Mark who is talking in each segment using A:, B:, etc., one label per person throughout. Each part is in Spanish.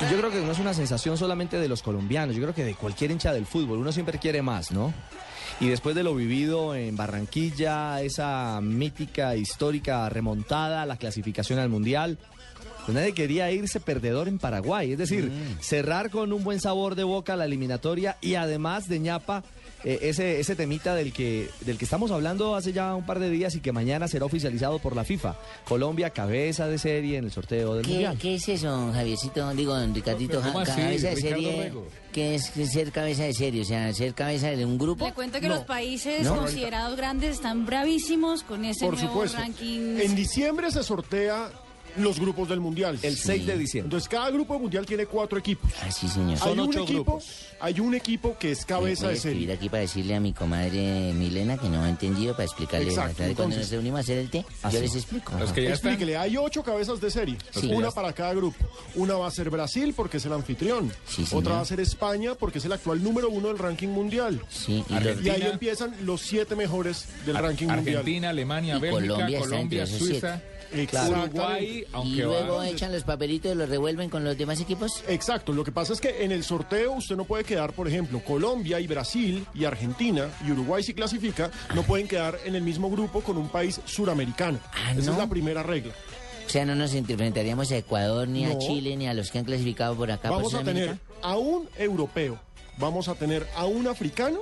A: Y yo creo que no es una sensación solamente de los colombianos, yo creo que de cualquier hincha del fútbol, uno siempre quiere más, ¿no? Y después de lo vivido en Barranquilla, esa mítica, histórica remontada, la clasificación al Mundial, pues nadie quería irse perdedor en Paraguay. Es decir,
B: Mm.
A: cerrar con un buen sabor de boca la eliminatoria y además de ñapa eh, ese, ese temita del que, del que estamos hablando hace ya un par de días y que mañana será oficializado por la FIFA. Colombia, cabeza de serie en el sorteo del
B: ¿Qué,
A: Mundial.
B: qué es eso, don Javiercito? Digo, don Ricardito,
C: ¿cómo
B: ja-
C: así,
B: cabeza de
C: Ricardo
B: serie.
C: Rego?
B: ¿Qué es ser cabeza de serie? O sea, ser cabeza de un grupo.
D: Le cuento que los países
B: No.
D: considerados grandes están bravísimos con ese
C: Por
D: Este nuevo
C: supuesto.
D: ranking.
C: En diciembre se sortea los grupos del mundial.
A: El 6 de diciembre.
C: Entonces cada grupo mundial tiene cuatro equipos.
B: Ah, sí, señor.
A: Son
C: hay un
A: ocho
C: equipo,
A: grupos.
C: hay un equipo que es cabeza
B: Voy a
C: de
B: escribir
C: serie.
B: aquí para decirle a mi comadre Milena que no ha entendido para explicarle.
C: Exacto,
B: Claro, cuando
C: entonces.
B: nos reunimos a hacer el té,
A: Ah,
B: yo
A: sí.
B: les explico.
E: Los que ya están.
C: Explíquele, hay ocho cabezas de serie,
B: Sí.
C: una para cada grupo. Una va a ser Brasil porque es el anfitrión,
B: Sí, señor.
C: otra va a ser España porque es el actual número uno del ranking mundial.
B: Sí, y los-
C: Y ahí
E: Argentina.
C: empiezan los siete mejores del
E: Ar-
C: ranking
E: Argentina,
C: mundial.
E: Alemania,
B: Y
E: Bélgica,
B: Colombia
E: Colombia,
B: está entre esos
E: Suiza,
C: Exactamente.
E: Uruguay,
B: y
E: aunque
B: luego
E: va...
B: echan los papelitos y los revuelven con los demás equipos.
C: Exacto, lo que pasa es que en el sorteo usted no puede quedar, por ejemplo, Colombia y Brasil y Argentina y Uruguay si clasifica, no pueden quedar en el mismo grupo con un país suramericano.
B: Ah,
C: Esa
B: ¿no?
C: es la primera regla.
B: O sea, no nos enfrentaríamos a Ecuador, ni a
C: No.
B: Chile, ni a los que han clasificado por acá. por
C: Vamos a tener
B: Sudamérica.
C: a un europeo, vamos a tener a un africano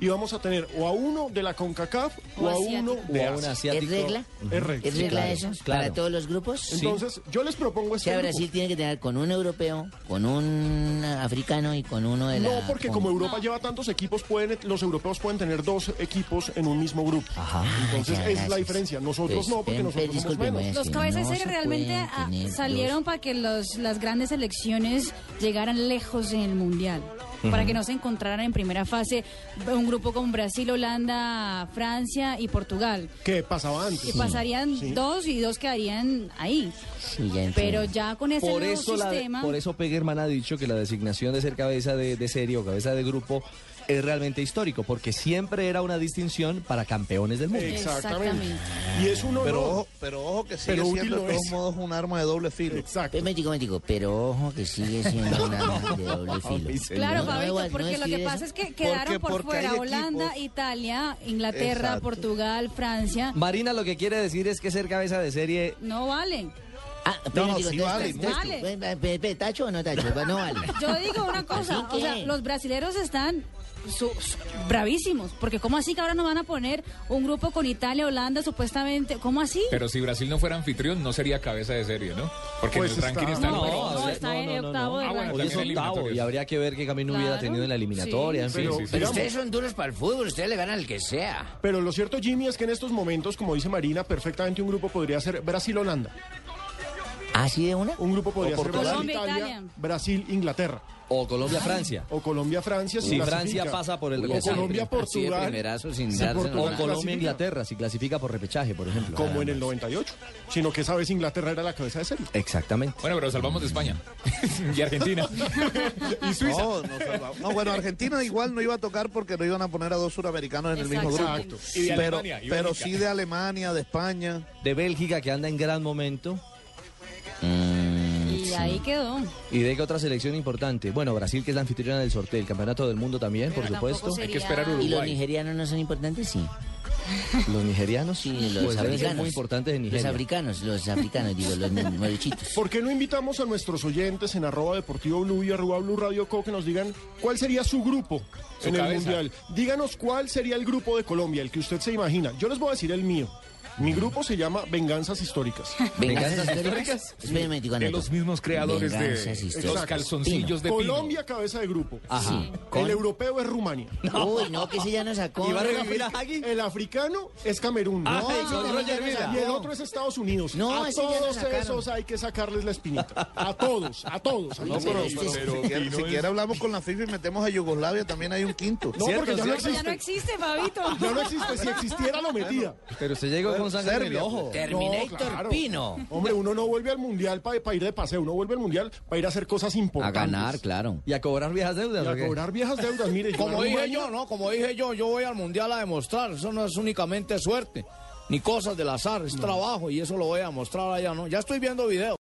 C: y vamos a tener o a uno de la CONCACAF o,
D: O
C: a uno
D: asiático.
C: de
A: O a un
C: Asia.
A: asiático.
B: ¿Es regla?
C: Es regla.
B: ¿Es regla
A: claro,
B: eso?
A: claro.
B: ¿Para todos los grupos?
C: Entonces, yo les propongo
B: O
C: este
B: sea,
C: grupo.
B: Brasil tiene que tener con un europeo, con un africano y con uno de la...
C: No, porque
B: con-
C: como Europa lleva tantos equipos, pueden, los europeos pueden tener dos equipos en un mismo grupo. Entonces,
B: Ah, ya,
C: esa es la
B: gracias.
C: diferencia. Nosotros
B: Pues,
C: no, porque
B: ven,
C: nosotros
B: pues,
C: somos menos.
B: discúlpeme,
D: Los
B: que
D: cabezas
B: no
D: de
B: se
D: serie realmente
B: pueden
D: ah,
B: tener
D: salieron
B: dos.
D: para que los, las grandes selecciones llegaran lejos en el Mundial. Para que no se encontraran en primera fase un grupo con Brasil, Holanda, Francia y Portugal.
C: ¿Qué pasaba
D: Que
C: antes?
D: pasarían
C: Sí.
D: dos y dos quedarían ahí.
B: Sí, ya
D: Pero
B: entiendo.
D: ya con ese
A: Por
D: nuevo
A: eso, la,
D: sistema...
A: por eso Pegerman ha dicho que la designación de ser cabeza de, de serie o cabeza de grupo es realmente histórico, porque siempre era una distinción para campeones del mundo.
C: Exactamente. Y es un honor.
F: Pero ojo, pero ojo que sigue
C: Pero útil
F: siendo
C: no
F: de todos
C: es.
F: modos un arma de doble filo.
C: Exacto.
B: Pero, momentico, momentico, pero ojo que sigue siendo una de doble filo. No,
D: Claro,
B: no
D: Fabito,
B: debo- no
D: porque lo
B: escribir
D: que
B: eso.
D: pasa es que quedaron por
F: porque
D: fuera
F: hay
D: Holanda,
F: equipos-
D: Italia, Inglaterra,
F: Exacto.
D: Portugal, Francia.
A: Marina lo que quiere decir es que ser cabeza de serie
D: No valen.
B: Ah, pero
F: No,
B: digo,
F: sí
B: entonces,
F: vale,
B: entonces,
D: vale.
B: pues, eh, pe- pe- ¿Tacho o no tacho? Pues, No vale.
D: Yo digo una cosa,
B: ¿Así
D: o sea,
B: qué?
D: los brasileros están su- su- bravísimos, porque ¿cómo así que ahora nos van a poner un grupo con Italia, Holanda, supuestamente? ¿Cómo así?
E: Pero si Brasil no fuera anfitrión, no sería cabeza de serie, ¿no? Porque
C: Pues
E: en el ranking
C: está-
E: está...
D: no,
E: el
A: no,
D: no,
A: o sea,
D: está
A: no,
D: en
A: no, no,
D: octavo
A: no.
D: de
E: Ah, bueno,
D: ranking.
A: hoy es
E: también
A: octavo
E: eliminatorias.
A: y habría que ver qué camino hubiera
D: Claro,
A: tenido en la eliminatoria. en
D: sí.
C: Pero,
A: fin.
E: Sí, sí, sí.
B: Pero
C: digamos,
B: ustedes son duros para el fútbol, ustedes le ganan al que sea.
C: pero lo cierto, Jimmy, es que en estos momentos, como dice Marina, perfectamente un grupo podría ser Brasil-Holanda.
B: ¿Así de una?
C: Un grupo podría
F: O
C: ser
F: Portugal.
C: Brasil-Italia,
D: Colombia-Italia.
C: Brasil-Inglaterra.
A: O Colombia-Francia.
C: O Colombia-Francia.
A: Si Francia pasa por el
C: O
A: repechaje.
B: Así de
C: Colombia-Portugal.
B: primerazo, sin
C: si
B: darse
C: Portugal
A: O
C: clasifica,
A: Colombia-Inglaterra, si clasifica por repechaje, por ejemplo.
C: Como en el 98. Sino que esa vez Inglaterra era la cabeza de serie.
A: Exactamente.
E: Bueno, pero salvamos de España. y Argentina. y Suiza.
F: No, no, salvamos. No, bueno, Argentina igual no iba a tocar porque no iban a poner a dos suramericanos en el mismo grupo.
D: Exacto.
E: Y de
F: pero,
E: Alemania, y
F: pero
E: Bélgica.
F: sí de Alemania, de España.
A: De Bélgica, que anda en gran momento.
B: Mm,
D: Y ahí quedó.
A: ¿Y de qué otra selección importante? Bueno, Brasil, que es la anfitriona del sorteo, el campeonato del mundo también, por
D: Pero tampoco
A: supuesto.
D: sería-
E: Hay que esperar
B: ¿Y los
E: Uruguay.
B: nigerianos no son importantes? Sí.
A: Los nigerianos,
B: Sí, los
A: pues deben ser
B: africanos.
A: muy importantes en
B: Los
A: Nigeria.
B: africanos, los africanos, digo, los morochitos.
C: ¿Por qué no invitamos a nuestros oyentes en arroba deportivo blue y arroba blue radio co que nos digan cuál sería su grupo
E: Su
C: en el
E: cabeza.
C: mundial? Díganos cuál sería el grupo de Colombia, el que usted se imagina. Yo les voy a decir el mío.
E: Mm.
C: Mi grupo se llama Venganzas Históricas.
B: ¿Venganzas históricas? Espérame un momentico,
E: De
B: anoto.
E: los mismos creadores
B: Venganzas
E: de
B: históricas.
E: los calzoncillos de pino.
C: Colombia, cabeza de grupo.
A: Ajá.
B: Sí.
C: El europeo es Rumania.
B: Uy, no, que ese ya nos sacó.
A: ¿Y va a
B: No,
A: revivir a Hagi?
C: El africano es Camerún.
E: Ah,
A: Ay,
C: No,
A: con
C: no,
A: Roger Vila.
C: y el otro es Estados Unidos.
B: No,
C: a
B: ese ya lo
C: todos
B: sacaron.
C: esos hay que sacarles la espinita. A todos, a todos.
F: No, pero,
B: este-
F: pero
E: pero
F: si quiere,
E: Pino
F: si
E: es-
F: quiere hablamos con la FIFA y metemos a Yugoslavia, también hay un quinto.
C: No, porque ya no
A: Cierto,
D: Pero ya no
C: existe.
D: existe, Fabito.
C: Ya no existe. Si existiera, lo metía.
A: Pero se llegó con sangre en el
F: Serbia,
A: ojo.
F: pues.
B: Terminator
C: No, claro.
B: Pino.
C: Hombre, uno no vuelve al mundial para ir de paseo, uno vuelve al mundial para ir a hacer cosas
B: A
C: importantes.
B: ganar, claro.
A: Y a cobrar viejas deudas.
C: Y a
A: ¿o qué?
C: cobrar viejas deudas, mire. yo
G: Como
C: en
G: dije
C: Rumania-
G: yo, ¿no? Como dije yo, yo voy al mundial a demostrar. Eso no es únicamente suerte, ni cosas del azar, es trabajo y eso lo voy a demostrar allá, ¿no? Ya estoy viendo videos.